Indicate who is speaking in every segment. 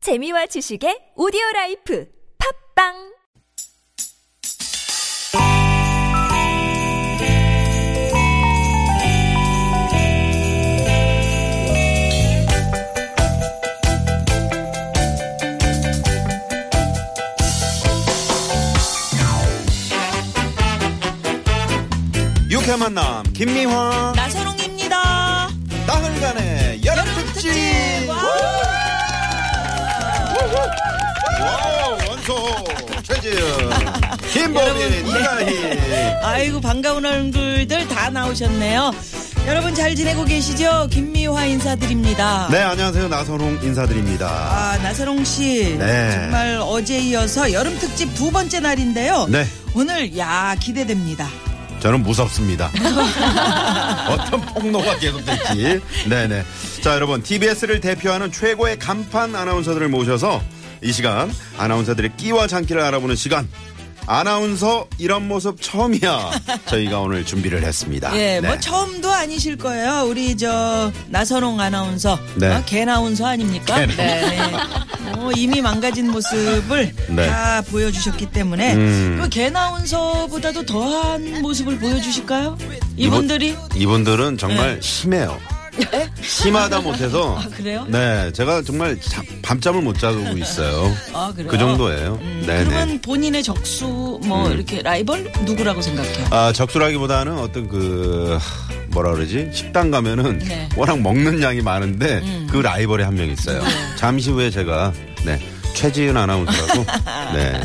Speaker 1: 재미와 지식의 오디오 라이프 팝빵
Speaker 2: 유쾌한 만남 김미화
Speaker 3: 나선홍입니다.
Speaker 2: 나흘간의 여름특집 와우 원소 최지은 김범인 이다희
Speaker 3: 아이고 반가운 얼굴들 다 나오셨네요. 여러분 잘 지내고 계시죠? 김미화 인사드립니다.
Speaker 2: 네 안녕하세요 나선홍 인사드립니다
Speaker 3: 아 나선홍 씨
Speaker 2: 네.
Speaker 3: 정말 어제 이어서 여름 특집 두 번째 날인데요.
Speaker 2: 네.
Speaker 3: 오늘 야 기대됩니다.
Speaker 2: 저는 무섭습니다 어떤 폭로가 계속될지 네네 자 여러분 TBS를 대표하는 최고의 간판 아나운서들을 모셔서 이 시간 아나운서들의 끼와 장기를 알아보는 시간 아나운서 이런 모습 처음이야 저희가 오늘 준비를 했습니다
Speaker 3: 예,
Speaker 2: 네.
Speaker 3: 뭐 처음도 아니실 거예요. 우리 저 나선홍 아나운서,
Speaker 2: 네.
Speaker 3: 아, 개나운서 아닙니까?
Speaker 2: 개나운서.
Speaker 3: 어, 이미 망가진 모습을
Speaker 2: 네.
Speaker 3: 다 보여주셨기 때문에
Speaker 2: 음.
Speaker 3: 그 개나운서보다도 더한 모습을 보여주실까요? 이분들이 네.
Speaker 2: 이분, 들은 정말 심해요. 심하다 못해서
Speaker 3: 아, 그래요?
Speaker 2: 네, 제가 정말 자- 밤잠을 못 자고 있어요.
Speaker 3: 아, 그래요?
Speaker 2: 그 정도예요.
Speaker 3: 음,
Speaker 2: 네, 네. 음.
Speaker 3: 그러면 본인의 적수 뭐 이렇게 라이벌 누구라고 생각해요?
Speaker 2: 아, 적수라기보다는 어떤 그 뭐라 그러지? 식당 가면은
Speaker 3: 네. 음.
Speaker 2: 워낙 먹는 양이 많은데 그 라이벌이 한 명 있어요.
Speaker 3: 네.
Speaker 2: 잠시 후에 제가 네. 최지은 아나운서라고. 네.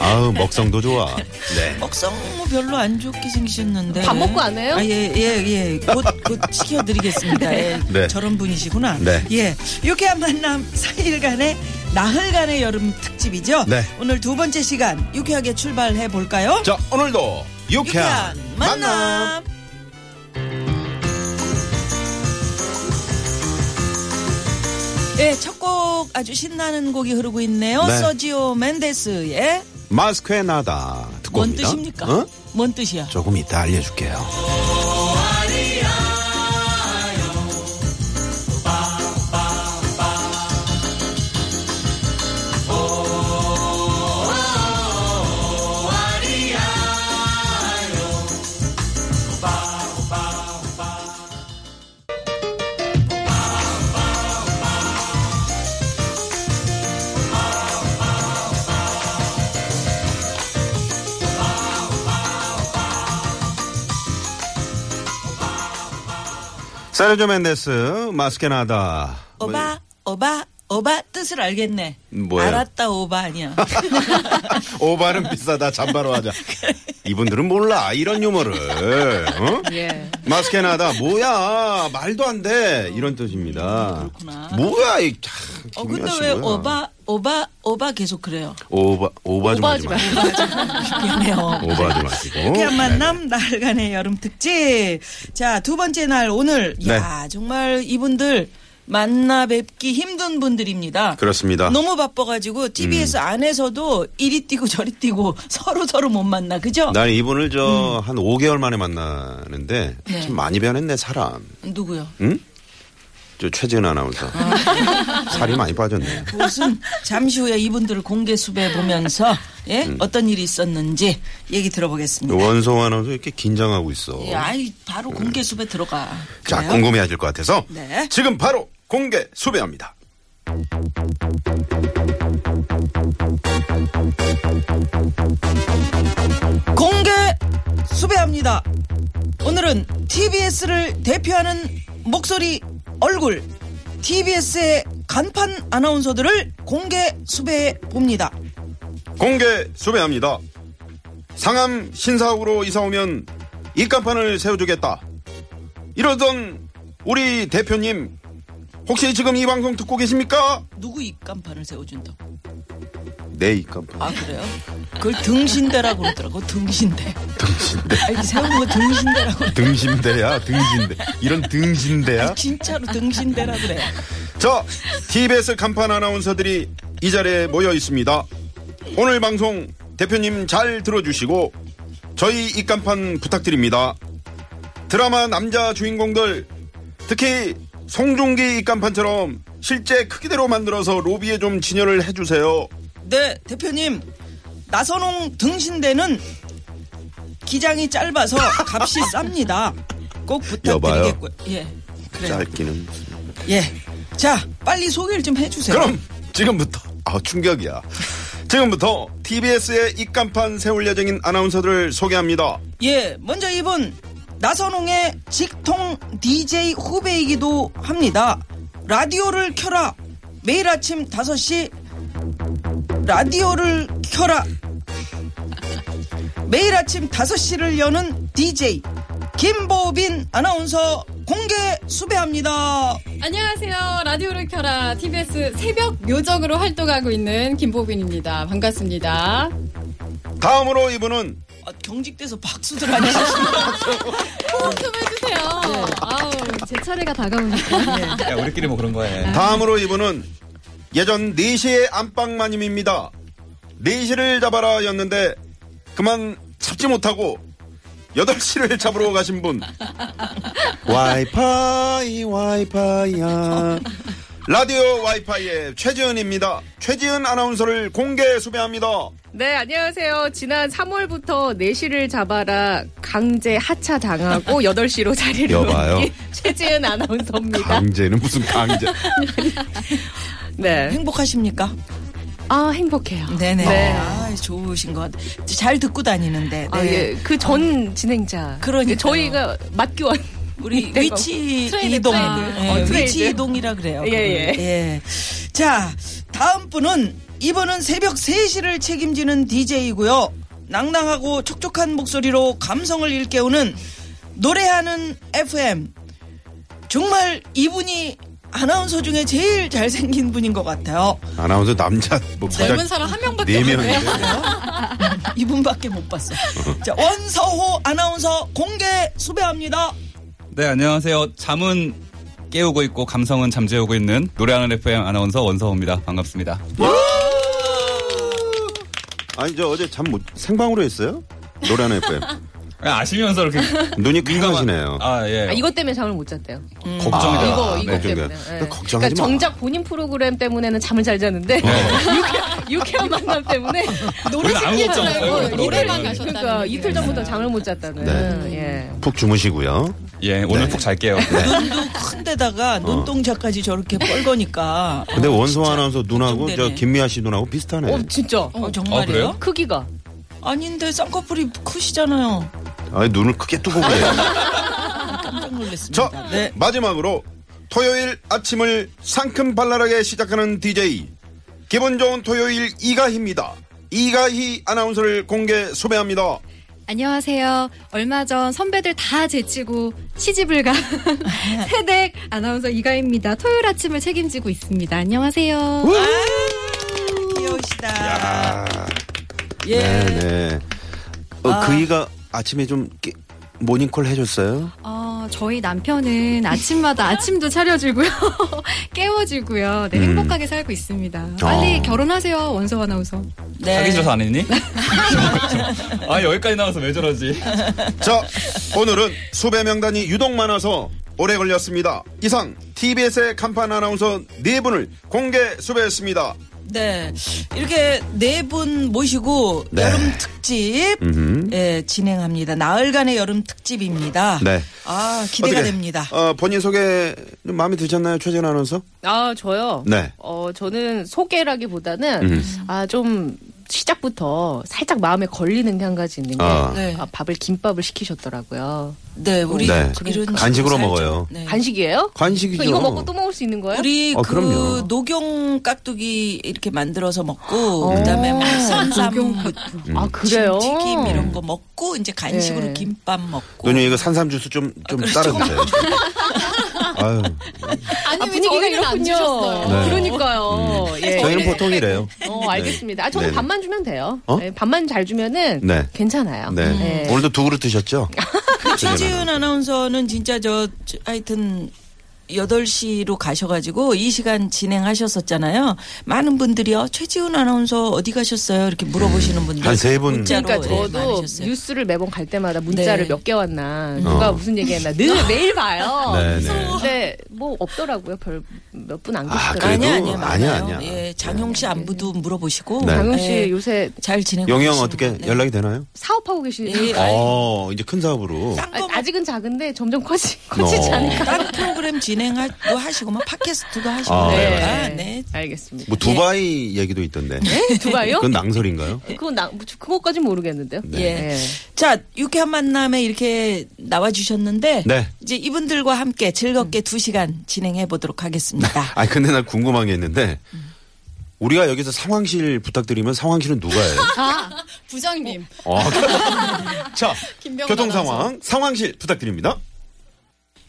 Speaker 2: 아우, 먹성도 좋아. 네.
Speaker 3: 먹성 뭐 별로 안 좋게 생기셨는데
Speaker 4: 밥 먹고 안 해요?
Speaker 3: 아, 예, 예, 예. 곧, 곧 시켜드리겠습니다. 예.
Speaker 2: 네.
Speaker 3: 저런 분이시구나.
Speaker 2: 네.
Speaker 3: 예. 유쾌한 만남 4일간의 나흘간의 여름 특집이죠.
Speaker 2: 네.
Speaker 3: 오늘 두 번째 시간 유쾌하게 출발해 볼까요?
Speaker 2: 자, 오늘도 유쾌한,
Speaker 3: 유쾌한
Speaker 2: 만남.
Speaker 3: 만남. 예, 첫 곡 아주 신나는 곡이 흐르고 있네요.
Speaker 2: 네.
Speaker 3: 서지오 멘데스의
Speaker 2: 마스크에 나다. 듣고
Speaker 3: 뭔
Speaker 2: 옵니다.
Speaker 3: 뜻입니까?
Speaker 2: 어?
Speaker 3: 뭔 뜻이야?
Speaker 2: 조금 이따 알려줄게요. 세르조 멘데스 마스케나다
Speaker 3: 오바, 오바, 오바 뜻을 알겠네.
Speaker 2: 뭐예요?
Speaker 3: 알았다 오바 아니야.
Speaker 2: 오바는 비싸다 잠바로 하자 이분들은 몰라 이런 유머를 어?
Speaker 4: 예.
Speaker 2: 마스케나다 뭐야 말도 안 돼 이런 뜻입니다
Speaker 3: 음, 그렇구나.
Speaker 2: 뭐야 이 참,
Speaker 3: 어
Speaker 2: 김미아
Speaker 3: 근데
Speaker 2: 씨
Speaker 3: 왜
Speaker 2: 뭐야.
Speaker 3: 오바, 오바, 오바 계속 그래요?
Speaker 2: 오바 오바 좀 하지
Speaker 4: 오버하지
Speaker 2: 마
Speaker 4: 말고.
Speaker 3: 미안해요.
Speaker 2: 오바 좀 하시고
Speaker 3: 유쾌한
Speaker 2: 네.
Speaker 3: 만남 날간의 여름 특집. 자, 두 번째 날 오늘
Speaker 2: 네.
Speaker 3: 야, 정말 이분들 만나 뵙기 힘든 분들입니다.
Speaker 2: 그렇습니다 음.
Speaker 3: 너무 바빠가지고 TBS 안에서도 이리 뛰고 저리 뛰고 서로 서로 못 만나 그죠?
Speaker 2: 난 이분을 저
Speaker 3: 음.
Speaker 2: 한 5개월 만에 만나는데 참 많이 변했네 사람
Speaker 3: 누구요?
Speaker 2: 응? 저 최지은 아나운서 살이 많이 빠졌네
Speaker 3: 무슨 잠시 후에 이분들을 공개 수배 보면서 예 어떤 일이 있었는지 얘기 들어보겠습니다.
Speaker 2: 원소 아나운서 이렇게 긴장하고 있어
Speaker 3: 예, 아이 바로 공개 수배 들어가.
Speaker 2: 자,
Speaker 3: 그래요?
Speaker 2: 궁금해 하실 것 같아서
Speaker 3: 네.
Speaker 2: 지금 바로 공개 수배합니다.
Speaker 3: 공개 수배합니다. 오늘은 TBS를 대표하는 목소리, 얼굴, TBS의 간판 아나운서들을 공개 수배해 봅니다.
Speaker 2: 공개 수배합니다. 상암 신사옥으로 이사 오면 입간판을 세워주겠다. 이러던 우리 대표님 혹시 지금 이 방송 듣고 계십니까?
Speaker 3: 누구 입간판을 세워준다?
Speaker 2: 네 입간판.
Speaker 3: 아 그래요? 그걸 등신대라고 그러더라고 등신대. 등신대. 아니, 세운 거 등신대라고.
Speaker 2: 등신대야 등신대. 이런 등신대야.
Speaker 3: 진짜로 등신대라 그래.
Speaker 2: 자, TBS 간판 아나운서들이 이 자리에 모여 있습니다. 오늘 방송 대표님 잘 들어주시고 저희 입간판 부탁드립니다. 드라마 남자 주인공들 특히 송중기 입간판처럼 실제 크기대로 만들어서 로비에 좀 진열을 해주세요.
Speaker 3: 네, 대표님. 나선홍 등신대는 기장이 짧아서 값이 쌉니다. 꼭
Speaker 2: 여봐요.
Speaker 3: 부탁드리겠고요. 예. 그래요.
Speaker 2: 짧기는.
Speaker 3: 예. 자, 빨리 소개를 좀 해주세요.
Speaker 2: 그럼 지금부터 아 충격이야. 지금부터 TBS의 입간판 세울 예정인 아나운서들을 소개합니다.
Speaker 3: 예, 먼저 이분 나선홍의 직통 DJ 후배이기도 합니다. 라디오를 켜라. 매일 아침 5시 라디오를 켜라. 매일 아침 5시를 여는 DJ 김보빈 아나운서 공개 수배합니다. 아,
Speaker 4: 안녕하세요. 라디오를 켜라. TBS 새벽 요정으로 활동하고 있는 김보빈입니다. 반갑습니다.
Speaker 2: 다음으로 이분은
Speaker 3: 아, 경직돼서 박수들 안 해주시네.
Speaker 4: 호흡 좀 해주세요. 아우, 제 차례가 다가오니까.
Speaker 5: 야, 우리끼리 뭐 그런 거야.
Speaker 2: 다음으로 이분은 예전 4시의 안방마님입니다. 4시를 잡아라 였는데 그만 잡지 못하고 8시를 잡으러 가신 분. 와이파이 와이파이야. 라디오 와이파이의 최지은입니다. 최지은 아나운서를 공개 수배합니다.
Speaker 6: 네, 안녕하세요. 지난 3월부터 4시를 잡아라 강제 하차 당하고 8시로 자리를
Speaker 2: 여봐요.
Speaker 6: 옮긴 최지은 아나운서입니다.
Speaker 2: 강제는 무슨 강제.
Speaker 6: 네.
Speaker 3: 행복하십니까?
Speaker 6: 아, 행복해요.
Speaker 3: 네네.
Speaker 6: 네.
Speaker 3: 아, 좋으신 것 같아요. 잘 듣고 다니는데. 네.
Speaker 6: 아, 예. 그 전 진행자.
Speaker 3: 그러니까요.
Speaker 6: 저희가 맞기원.
Speaker 3: 우리
Speaker 6: 네,
Speaker 3: 위치
Speaker 4: 트레이드,
Speaker 3: 이동,
Speaker 4: 네, 트레이드.
Speaker 3: 예,
Speaker 6: 어,
Speaker 3: 위치
Speaker 6: 트레이드.
Speaker 3: 이동이라 그래요.
Speaker 6: 예,
Speaker 3: 그거는. 자, 다음 분은 이번은 새벽 3시를 책임지는 DJ이고요. 낭낭하고 촉촉한 목소리로 감성을 일깨우는 노래하는 FM. 정말 이분이 아나운서 중에 제일 잘생긴 분인 것 같아요.
Speaker 2: 아나운서 남자 뭐
Speaker 4: 젊은
Speaker 2: 부작
Speaker 4: 사람 한 명밖에
Speaker 2: 네
Speaker 4: 없는데.
Speaker 2: 명인데.
Speaker 3: 이분밖에 못 봤어. 자, 원서호 아나운서 공개 수배합니다.
Speaker 5: 네, 안녕하세요. 잠은 깨우고 있고 감성은 잠재우고 있는 노래하는 FM 아나운서 원서호입니다. 반갑습니다.
Speaker 2: 아니 저 어제 잠 못 생방으로 했어요? 노래하는 FM.
Speaker 5: 아, 아시면서 이렇게
Speaker 2: 눈이
Speaker 5: 민감한-
Speaker 2: 깜깜하시네요. 아,
Speaker 5: 아, 예.
Speaker 6: 아, 이것 때문에 잠을 못 잤대요.
Speaker 5: 걱정이다.
Speaker 6: 이거,
Speaker 5: 네.
Speaker 6: 이거 때문에.
Speaker 2: 걱정돼요.
Speaker 6: 예.
Speaker 2: 나 걱정하지 마.
Speaker 6: 정작 본인 프로그램 때문에는 잠을 잘 자는데,
Speaker 2: 어.
Speaker 6: 유쾌, 쾌한 만남 때문에.
Speaker 5: 우리는 아무 걱정 없어요.
Speaker 6: 고
Speaker 4: 뭐 노래방
Speaker 5: 노래는.
Speaker 4: 가셨다는
Speaker 6: 그러니까
Speaker 4: 얘기를
Speaker 6: 이틀 전부터 잠을 못 잤다는.
Speaker 2: 네.
Speaker 6: 예.
Speaker 2: 푹 주무시고요.
Speaker 5: 예, 오늘 푹 잘게요. 네.
Speaker 3: 눈도 큰 데다가 눈동자까지 저렇게 뻘거니까.
Speaker 2: 어. 근데 원소 아나운서 눈하고 저
Speaker 3: 걱정되네.
Speaker 2: 김미아 씨 눈하고 비슷하네.
Speaker 6: 어, 진짜.
Speaker 3: 어, 정말이에요?
Speaker 5: 어,
Speaker 6: 크기가.
Speaker 3: 아닌데 쌍꺼풀이 크시잖아요.
Speaker 2: 아니 눈을 크게 뜨고 그래요.
Speaker 3: 깜짝
Speaker 2: 저
Speaker 3: 놀랐습니다. 네.
Speaker 2: 마지막으로 토요일 아침을 상큼 발랄하게 시작하는 DJ 기분 좋은 토요일 이가희입니다. 이가희 아나운서를 공개 소개합니다.
Speaker 7: 안녕하세요. 얼마 전 선배들 다 제치고 시집을 간 새댁 아나운서 이가입니다. 토요일 아침을 책임지고 있습니다. 안녕하세요.
Speaker 3: 귀여우시다. 예.
Speaker 2: 네네. 어, 그이가 아침에 좀 깨- 모닝콜 해줬어요.
Speaker 7: 어, 저희 남편은 아침마다 아침도 차려주고요. 깨워주고요. 네, 행복하게 살고 있습니다. 빨리
Speaker 2: 어.
Speaker 7: 결혼하세요. 원서 아나운서.
Speaker 3: 네.
Speaker 5: 자기 싫어서 안 했니? 아, 여기까지 나와서 왜 저러지?
Speaker 2: 자 오늘은 수배 명단이 유독 많아서 오래 걸렸습니다. 이상 TBS의 간판 아나운서 네 분을 공개 수배했습니다.
Speaker 3: 네. 이렇게 네 분 모시고
Speaker 2: 네.
Speaker 3: 여름 특집 예, 진행합니다. 나흘간의 여름 특집입니다.
Speaker 2: 네.
Speaker 3: 아, 기대가
Speaker 2: 어떻게,
Speaker 3: 됩니다.
Speaker 2: 어, 본인 소개 좀 마음에 드셨나요, 최진 아나운서?
Speaker 6: 아, 저요?
Speaker 2: 네. 음.
Speaker 6: 어, 저는 소개라기보다는, 아, 좀, 시작부터 살짝 마음에 걸리는 게 한 가지 있는 게,
Speaker 2: 아.
Speaker 6: 아.
Speaker 3: 네.
Speaker 6: 밥을, 김밥을 시키셨더라고요.
Speaker 3: 네, 우리
Speaker 2: 네.
Speaker 3: 이런
Speaker 2: 간식으로
Speaker 3: 식으로 살죠.
Speaker 2: 먹어요.
Speaker 3: 네.
Speaker 6: 간식이에요?
Speaker 2: 관식이죠.
Speaker 6: 그럼 이거 먹고 또 먹을 수 있는 거예요?
Speaker 3: 우리
Speaker 2: 어,
Speaker 3: 그
Speaker 2: 그럼요.
Speaker 3: 녹용 깍두기 이렇게 만들어서 먹고 그다음에 뭐 쌈쌈
Speaker 2: 음.
Speaker 6: 아, 그래요?
Speaker 3: 튀김 이런 거 먹고 이제 간식으로
Speaker 6: 네.
Speaker 3: 김밥 먹고
Speaker 2: 누님 이거 산삼 주스 좀 좀 따라 주세요. 아유,
Speaker 4: 아니,
Speaker 6: 아,
Speaker 4: 왜
Speaker 6: 분위기가
Speaker 4: 저희는 안
Speaker 6: 이렇군요.
Speaker 4: 주셨어요.
Speaker 2: 네. 음.
Speaker 6: 그러니까요. 예.
Speaker 2: 저희는 보통 이래요.
Speaker 6: 어, 알겠습니다. 아, 저는
Speaker 2: 네네.
Speaker 6: 밥만 주면 돼요.
Speaker 2: 어?
Speaker 6: 네, 밥만 잘 주면은,
Speaker 2: 네.
Speaker 6: 괜찮아요.
Speaker 2: 네. 오늘도 두 그릇 드셨죠?
Speaker 3: 최지은 아나운서는 진짜 저 저- 하여튼 8시로 가셔가지고 이 시간 진행하셨었잖아요. 많은 분들이요. 최지훈 아나운서 어디 가셨어요? 이렇게 물어보시는 분들.
Speaker 2: 한세 분.
Speaker 3: 문자로
Speaker 6: 그러니까
Speaker 3: 예,
Speaker 2: 네,
Speaker 6: 저도
Speaker 3: 많으셨어요.
Speaker 6: 뉴스를 매번 갈 때마다 문자를
Speaker 3: 네.
Speaker 6: 몇 개 왔나 누가
Speaker 2: 어.
Speaker 6: 무슨 얘기했나 늘 매일 봐요.
Speaker 2: 네, 네.
Speaker 6: 근데 뭐 없더라고요. 별 몇 분 안
Speaker 2: 아,
Speaker 6: 계시더라고요.
Speaker 2: 그래도
Speaker 3: 아니야 아니야
Speaker 2: 아니야,
Speaker 3: 맞아요.
Speaker 2: 아니야.
Speaker 3: 예, 장용 씨 안부도 물어보시고
Speaker 2: 네.
Speaker 6: 네. 장용 씨
Speaker 3: 예,
Speaker 6: 요새
Speaker 3: 잘 지내고
Speaker 2: 용영
Speaker 3: 계시는
Speaker 2: 어떻게
Speaker 3: 것 같네요.
Speaker 2: 연락이 되나요?
Speaker 6: 사업하고 계시는
Speaker 3: 예, 아이,
Speaker 2: 어, 이제 큰 사업으로.
Speaker 3: 딴
Speaker 6: 아,
Speaker 3: 거,
Speaker 6: 아직은 작은데 점점 커지, 커지지
Speaker 2: 어.
Speaker 6: 않을까.
Speaker 3: 다른 프로그램 진행도 하시고 막 팟캐스트도 하시고
Speaker 2: 아,
Speaker 3: 네.
Speaker 2: 네.
Speaker 3: 아, 네.
Speaker 6: 알겠습니다.
Speaker 2: 뭐 두바이 얘기도 있던데.
Speaker 6: 두바이요?
Speaker 2: 그건 네. 낭설인가요?
Speaker 6: 그건 나, 뭐 그것까지 모르겠는데요. 네.
Speaker 3: 예. 자, 유쾌한 만남에 이렇게 나와 주셨는데
Speaker 2: 네.
Speaker 3: 이제 이분들과 함께 즐겁게 두 시간 진행해 보도록 하겠습니다.
Speaker 2: 아 근데 나 궁금한 게 있는데 우리가 여기서 상황실 부탁드리면 상황실은 누가 해요?
Speaker 4: 부장님.
Speaker 2: 어. 자,
Speaker 4: 김병만
Speaker 2: 교통
Speaker 4: 아나운서.
Speaker 2: 상황 상황실 부탁드립니다.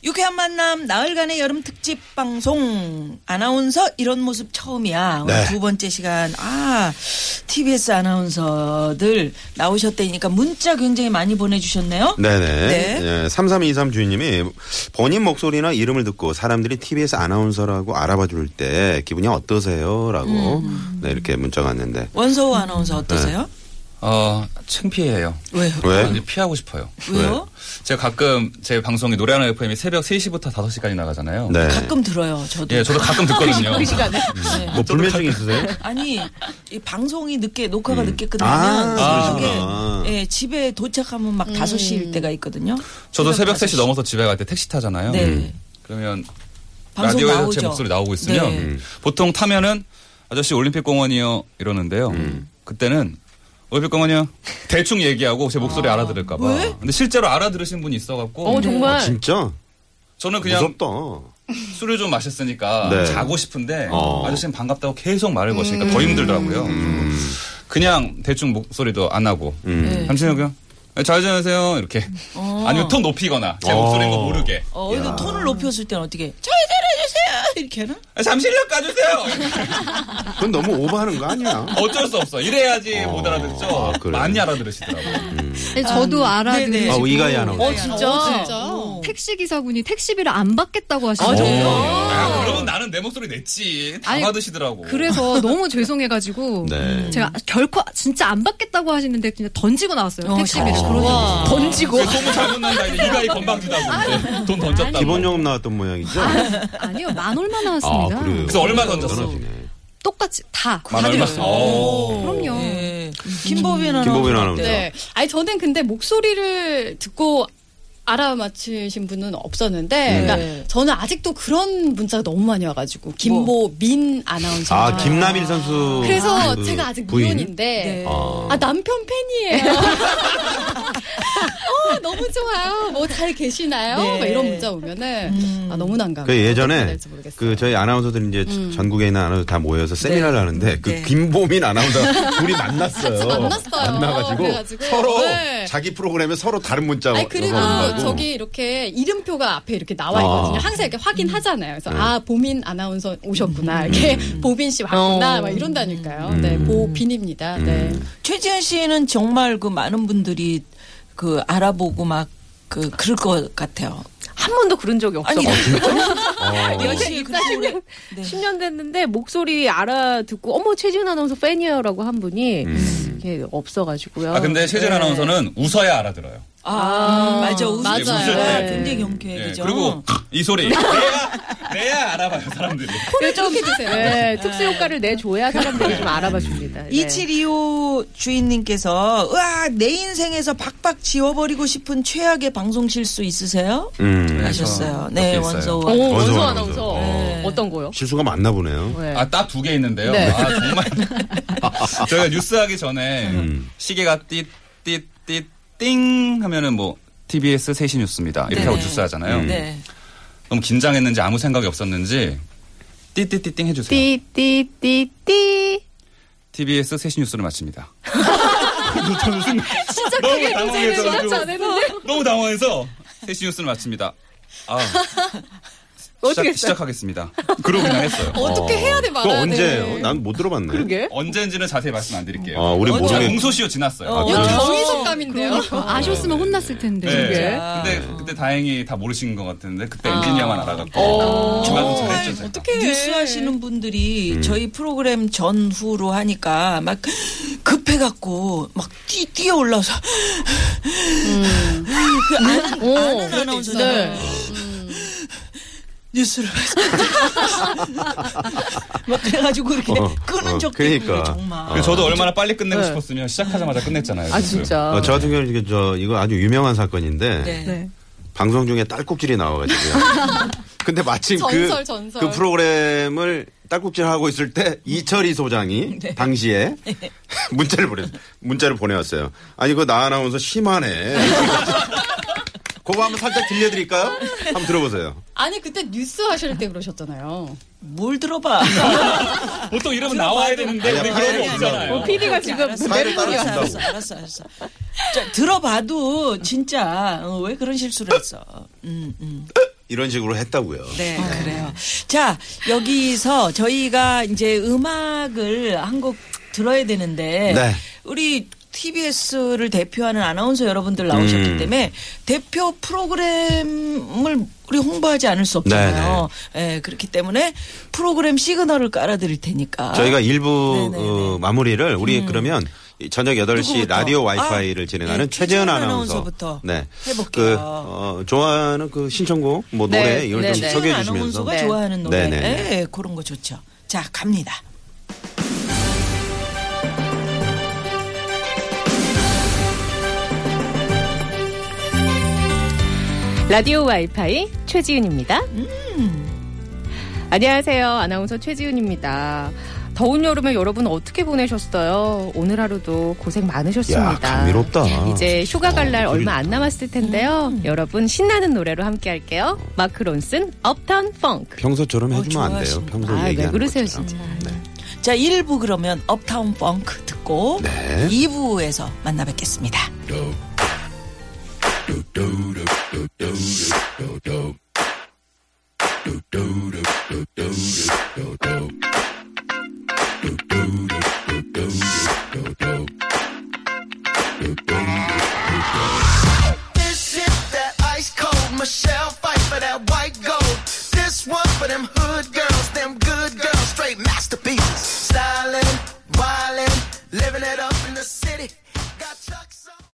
Speaker 3: 유쾌한 만남 나흘간의 여름 특집 방송 아나운서 이런 모습 처음이야. 오늘
Speaker 2: 네.
Speaker 3: 두 번째 시간 아 TBS 아나운서들 나오셨다니까 문자 굉장히 많이 보내주셨네요.
Speaker 2: 네네.
Speaker 3: 네.
Speaker 2: 예, 3323 주인님이 본인 목소리나 이름을 듣고 사람들이 TBS 아나운서라고 알아봐 줄 때 기분이 어떠세요? 라고 네, 이렇게 문자가 왔는데.
Speaker 3: 원서우 아나운서 어떠세요?
Speaker 5: 어, 창피해요.
Speaker 2: 네.
Speaker 3: 왜요?
Speaker 5: 아,
Speaker 2: 왜?
Speaker 5: 이제 피하고 싶어요.
Speaker 3: 왜요?
Speaker 5: 제가 가끔 제 방송이 노래하는 FM이 새벽 3시부터 5시까지 나가잖아요.
Speaker 2: 네.
Speaker 3: 가끔 들어요. 저도.
Speaker 5: 예, 저도 가끔 듣거든요.
Speaker 6: 그 시간에.
Speaker 2: 뭐 불면증 있으세요?
Speaker 3: 아니 이 방송이 늦게 녹화가 늦게 끝나면
Speaker 2: 아,
Speaker 3: 이게
Speaker 2: 그러시구나.
Speaker 3: 예, 집에 도착하면 막 다섯 시일 때가 있거든요.
Speaker 5: 저도 새벽
Speaker 3: 5시.
Speaker 5: 3시 넘어서 집에 갈 때 택시 타잖아요.
Speaker 3: 네.
Speaker 5: 그러면
Speaker 3: 방송
Speaker 5: 라디오에서
Speaker 3: 나오죠.
Speaker 5: 제 목소리 나오고 있으면
Speaker 3: 네.
Speaker 5: 보통 타면은 아저씨 올림픽공원이요 이러는데요.
Speaker 2: 음.
Speaker 5: 그때는 올림픽공원이요 대충 얘기하고 제 목소리 알아들을까봐.
Speaker 3: 왜?
Speaker 5: 근데 실제로 알아들으신 분이 있어갖고
Speaker 6: 어, 정말.
Speaker 2: 진짜?
Speaker 5: 저는 그냥
Speaker 2: 무섭다.
Speaker 5: 술을 좀 마셨으니까
Speaker 2: 네.
Speaker 5: 자고 싶은데
Speaker 2: 어.
Speaker 5: 아저씨는 반갑다고 계속
Speaker 3: 음.
Speaker 5: 말을 거시니까 더 힘들더라고요. 그냥 대충 목소리도 안 하고 네,
Speaker 2: 음.
Speaker 5: 잠시만요. 그냥 네, 잘 지내세요 이렇게 아니면 톤 높이거나 제
Speaker 2: 어.
Speaker 5: 목소리인 거 모르게
Speaker 3: 어, 이거 톤을 높였을 때는 어떻게 잘 들어주세요 이렇게 하나?
Speaker 5: 아, 잠시 좀 까주세요.
Speaker 2: 그건 너무 오버하는 거 아니야?
Speaker 5: 어쩔 수 없어. 이래야지 못 알아듣죠.
Speaker 2: 아, 그래.
Speaker 5: 많이 알아들으시더라고요.
Speaker 7: 네, 저도
Speaker 3: 네네.
Speaker 2: 아,
Speaker 7: 알아들으시고
Speaker 2: 이가희 아나운서.
Speaker 4: 어, 진짜?
Speaker 7: 택시 기사분이 택시비를 안 받겠다고 하시는
Speaker 2: 정말?
Speaker 7: 거예요.
Speaker 5: 아, 그러면 나는 내 목소리 냈지. 다
Speaker 7: 아니,
Speaker 5: 받으시더라고.
Speaker 7: 그래서 너무 죄송해가지고
Speaker 2: 네.
Speaker 7: 제가 그러니까 결코 진짜 안 받겠다고 하시는데 그냥 던지고 나왔어요
Speaker 3: 어,
Speaker 7: 택시비를.
Speaker 3: 진짜.
Speaker 7: 그러고
Speaker 3: 던지고
Speaker 5: 그 소문 잘못 난다. 이제 이가이 건방지다고. 이제 돈 던졌다고.
Speaker 2: 기본요금 나왔던 모양이죠?
Speaker 7: 아니요 만 얼마 나왔습니다.
Speaker 5: 아, 그래서 얼마 던졌어?
Speaker 2: 떨어지네.
Speaker 7: 똑같이 다.
Speaker 5: 만
Speaker 7: 다
Speaker 5: 얼마?
Speaker 7: 드렸어요.
Speaker 5: 어.
Speaker 7: 그럼요.
Speaker 3: 예. 김보빈 아나운서.
Speaker 2: 김보빈 아나운서.
Speaker 4: 네. 아니 저는 근데 목소리를 듣고 알아맞히신 분은
Speaker 2: 네.
Speaker 4: 없었는데 그러니까 저는 아직도 그런 문자가 너무 많이 와가지고
Speaker 7: 뭐?
Speaker 4: 김보민 아나운서
Speaker 2: 아, 김남일 선수.
Speaker 4: 그래서
Speaker 2: 그
Speaker 4: 제가 아직
Speaker 2: 부인?
Speaker 7: 네.
Speaker 4: 미혼인데
Speaker 2: 아.
Speaker 4: 아 남편 팬이에요. 어, 너무 좋아요. 뭐 잘 계시나요?
Speaker 3: 네.
Speaker 4: 막 이런 문자 오면은 아 너무 난감.
Speaker 2: 그 예전에 그 저희 아나운서들 이제
Speaker 4: 음.
Speaker 2: 전국에 있는 아나운서 다 모여서 세미나를 하는데 그
Speaker 3: 네.
Speaker 2: 김보민 아나운서 둘이 만났어요.
Speaker 4: 만났어요.
Speaker 2: 만나가지고
Speaker 4: 그래가지고.
Speaker 2: 서로
Speaker 4: 네.
Speaker 2: 자기 프로그램에 서로 다른 문자
Speaker 4: 아니 그리고
Speaker 2: 넣어가지고.
Speaker 4: 저기 이렇게 이름표가 앞에 이렇게 나와 있거든요.
Speaker 2: 아. 네.
Speaker 4: 항상 이렇게 확인하잖아요. 그래서 아 보민 아나운서 오셨구나. 이렇게
Speaker 2: 음.
Speaker 4: 보빈 씨 왔구나. 막 이런다니까요. 네, 보빈입니다.
Speaker 2: 음.
Speaker 4: 네.
Speaker 3: 최지현 씨는 정말 그 많은 분들이 그 알아보고 막 그 그럴 것 같아요.
Speaker 6: 한 번도 그런 적이 없어.
Speaker 5: 네.
Speaker 3: 아니
Speaker 6: 요새
Speaker 3: 역시 그렇게 오래 네.
Speaker 6: 10년 됐는데 목소리 알아듣고 어머 최지은 아나운서 팬이에요라고 한 분이 이게 없어가지고요.
Speaker 5: 음. 아, 근데 최진
Speaker 6: 네.
Speaker 5: 아나운서는 웃어야 알아들어요.
Speaker 3: 아, 맞아 웃을
Speaker 4: 맞아요.
Speaker 3: 때가
Speaker 5: 네.
Speaker 3: 굉장히
Speaker 5: 예,
Speaker 3: 경쾌해 그죠?
Speaker 5: 그리고 이 소리. 내야, 내야 알아봐요, 사람들이.
Speaker 4: 코를 좀 해주세요.
Speaker 6: 네, 특수 효과를 내줘야 사람들이 좀 알아봐 줍니다. 네.
Speaker 3: 2725 주인님께서 으아 내 인생에서 박박 지워버리고 싶은 최악의 방송 실수 있으세요?
Speaker 2: 음.
Speaker 3: 하셨어요.
Speaker 5: 저
Speaker 3: 네
Speaker 5: 몇개
Speaker 3: 원소.
Speaker 5: 있어요.
Speaker 6: 오,
Speaker 2: 원소
Speaker 6: 원소
Speaker 2: 아나운서.
Speaker 6: 아나운서.
Speaker 2: 네.
Speaker 6: 어떤 거요?
Speaker 2: 실수가 많나 보네요.
Speaker 6: 네.
Speaker 5: 아, 딱 두 개 있는데요.
Speaker 6: 네.
Speaker 5: 아, 정말. 저희가 뉴스 하기 전에 시계가 띠, 띠, 띠, 띵 하면은 뭐, TBS 3시 뉴스입니다. 이렇게
Speaker 3: 네.
Speaker 5: 하고 뉴스 하잖아요.
Speaker 3: 네.
Speaker 5: 너무 긴장했는지 아무 생각이 없었는지 띠띠띠띵 해주세요.
Speaker 6: 띠띠띠띠.
Speaker 5: TBS 세시 뉴스를 마칩니다. 진짜 너무 당황해서 너무 당황해서 세시 뉴스를 마칩니다. 아
Speaker 6: 어떻게 했어요?
Speaker 5: 시작, 하겠습니다 그러고 그냥 했어요.
Speaker 4: 어떻게 해야 돼
Speaker 2: 그거
Speaker 4: 말아야
Speaker 2: 언제예요?
Speaker 4: 돼.
Speaker 2: 난 못 들어봤네.
Speaker 6: 그러게.
Speaker 5: 언제인지는 자세히 말씀 안 드릴게요.
Speaker 2: 아, 우리
Speaker 5: 저
Speaker 2: 모르게.
Speaker 5: 공소시효 지났어요.
Speaker 2: 아,
Speaker 4: 이거
Speaker 2: 그래요?
Speaker 4: 경의선감인데요.
Speaker 7: 그러니까. 아셨으면 혼났을 텐데.
Speaker 5: 네.
Speaker 6: 그러게.
Speaker 5: 근데 그때 다행히 다 모르신 것 같은데 그때 엔지니어만
Speaker 2: 어,
Speaker 5: 알아갖고 정말 잘했죠. 제가.
Speaker 4: 어떻게
Speaker 3: 뉴스 하시는 분들이
Speaker 2: 음.
Speaker 3: 저희 프로그램 전후로 하니까 막 급해갖고 막 뛰, 뛰어 올라서
Speaker 4: 네.
Speaker 3: 그 아는, 아는 아나운서잖아요. 뉴스를 막 그래가지고 이렇게
Speaker 2: 어,
Speaker 3: 끄는
Speaker 2: 어,
Speaker 3: 적도 있고
Speaker 2: 그러니까.
Speaker 3: 이거 정말
Speaker 2: 아.
Speaker 5: 저도 얼마나 빨리 끝내고
Speaker 6: 네.
Speaker 5: 싶었으면 시작하자마자 끝냈잖아요.
Speaker 6: 아
Speaker 5: 지금.
Speaker 6: 진짜.
Speaker 2: 어, 저 같은 경우는 이게 저 이거 아주 유명한 사건인데
Speaker 3: 네.
Speaker 6: 네.
Speaker 2: 방송 중에 딸꾹질이 나와가지고요. 근데 마침
Speaker 4: 전설,
Speaker 2: 그,
Speaker 4: 전설.
Speaker 2: 그 프로그램을 딸꾹질 하고 있을 때 이철희 소장이
Speaker 4: 네.
Speaker 2: 당시에 문자를 보내 문자를 보내왔어요. 아니 그거 나 아나운서 심하네. 그거 한번 살짝 들려드릴까요? 한번 들어보세요.
Speaker 4: 아니 그때 뉴스 하실 때 그러셨잖아요.
Speaker 3: 뭘 들어봐.
Speaker 5: 보통 이러면 나와야 되는데 우리 그런 거
Speaker 2: 아니,
Speaker 5: 없잖아요.
Speaker 6: 어, PD가 지금
Speaker 3: 알았어,
Speaker 2: 사회를 따로
Speaker 3: 알았어, 알았어,
Speaker 2: 준다고.
Speaker 3: 알았어, 알았어. 자, 들어봐도 진짜 어, 왜 그런 실수를 했어? 음, 음.
Speaker 2: 이런 식으로 했다고요.
Speaker 3: 네, 그래요. 자, 여기서 저희가 이제 음악을 한 곡 들어야 되는데
Speaker 2: 네.
Speaker 3: 우리 TBS를 대표하는 아나운서 여러분들 나오셨기
Speaker 2: 음.
Speaker 3: 때문에 대표 프로그램을 우리 홍보하지 않을 수 없잖아요.
Speaker 2: 네,
Speaker 3: 예, 그렇기 때문에 프로그램 시그널을 깔아드릴 테니까.
Speaker 2: 저희가 일부
Speaker 3: 네네네. 음.
Speaker 2: 어, 마무리를 우리 그러면 이 저녁 8시
Speaker 3: 누구부터?
Speaker 2: 라디오 와이파이를
Speaker 3: 아,
Speaker 2: 진행하는
Speaker 3: 네,
Speaker 2: 최재현
Speaker 3: 최재현
Speaker 2: 아나운서.
Speaker 3: 아나운서부터
Speaker 2: 네.
Speaker 3: 해볼게요.
Speaker 2: 그, 어, 좋아하는 그 신청곡, 뭐
Speaker 6: 네,
Speaker 2: 노래 이걸 좀
Speaker 6: 네네.
Speaker 2: 소개해 주시면서.
Speaker 3: 아나운서가 좋아하는
Speaker 2: 네,
Speaker 3: 노래.
Speaker 2: 네,
Speaker 3: 예, 그런 거 좋죠. 자, 갑니다.
Speaker 6: 라디오 와이파이 최지은입니다. 안녕하세요. 아나운서 최지은입니다. 더운 여름에 여러분 어떻게 보내셨어요? 오늘 하루도 고생 많으셨습니다.
Speaker 2: 야, 감미롭다.
Speaker 6: 이제 휴가 갈 날
Speaker 2: 어,
Speaker 6: 얼마 안 남았을 텐데요. 여러분 신나는 노래로 함께 할게요. 마크 론슨 업타운 펑크.
Speaker 2: 평소처럼
Speaker 3: 어,
Speaker 2: 해주면 안 돼요.
Speaker 3: 좋아하시는구나.
Speaker 2: 평소
Speaker 6: 아, 왜
Speaker 2: 얘기하는
Speaker 6: 그러세요,
Speaker 2: 것처럼. 네.
Speaker 6: 진짜.
Speaker 3: 자, 1부 그러면 업타운 펑크 듣고
Speaker 2: 네.
Speaker 3: 2부에서 만나 뵙겠습니다.
Speaker 8: This is that ice cold Michelle fight for that white gold. This one for them hood girls.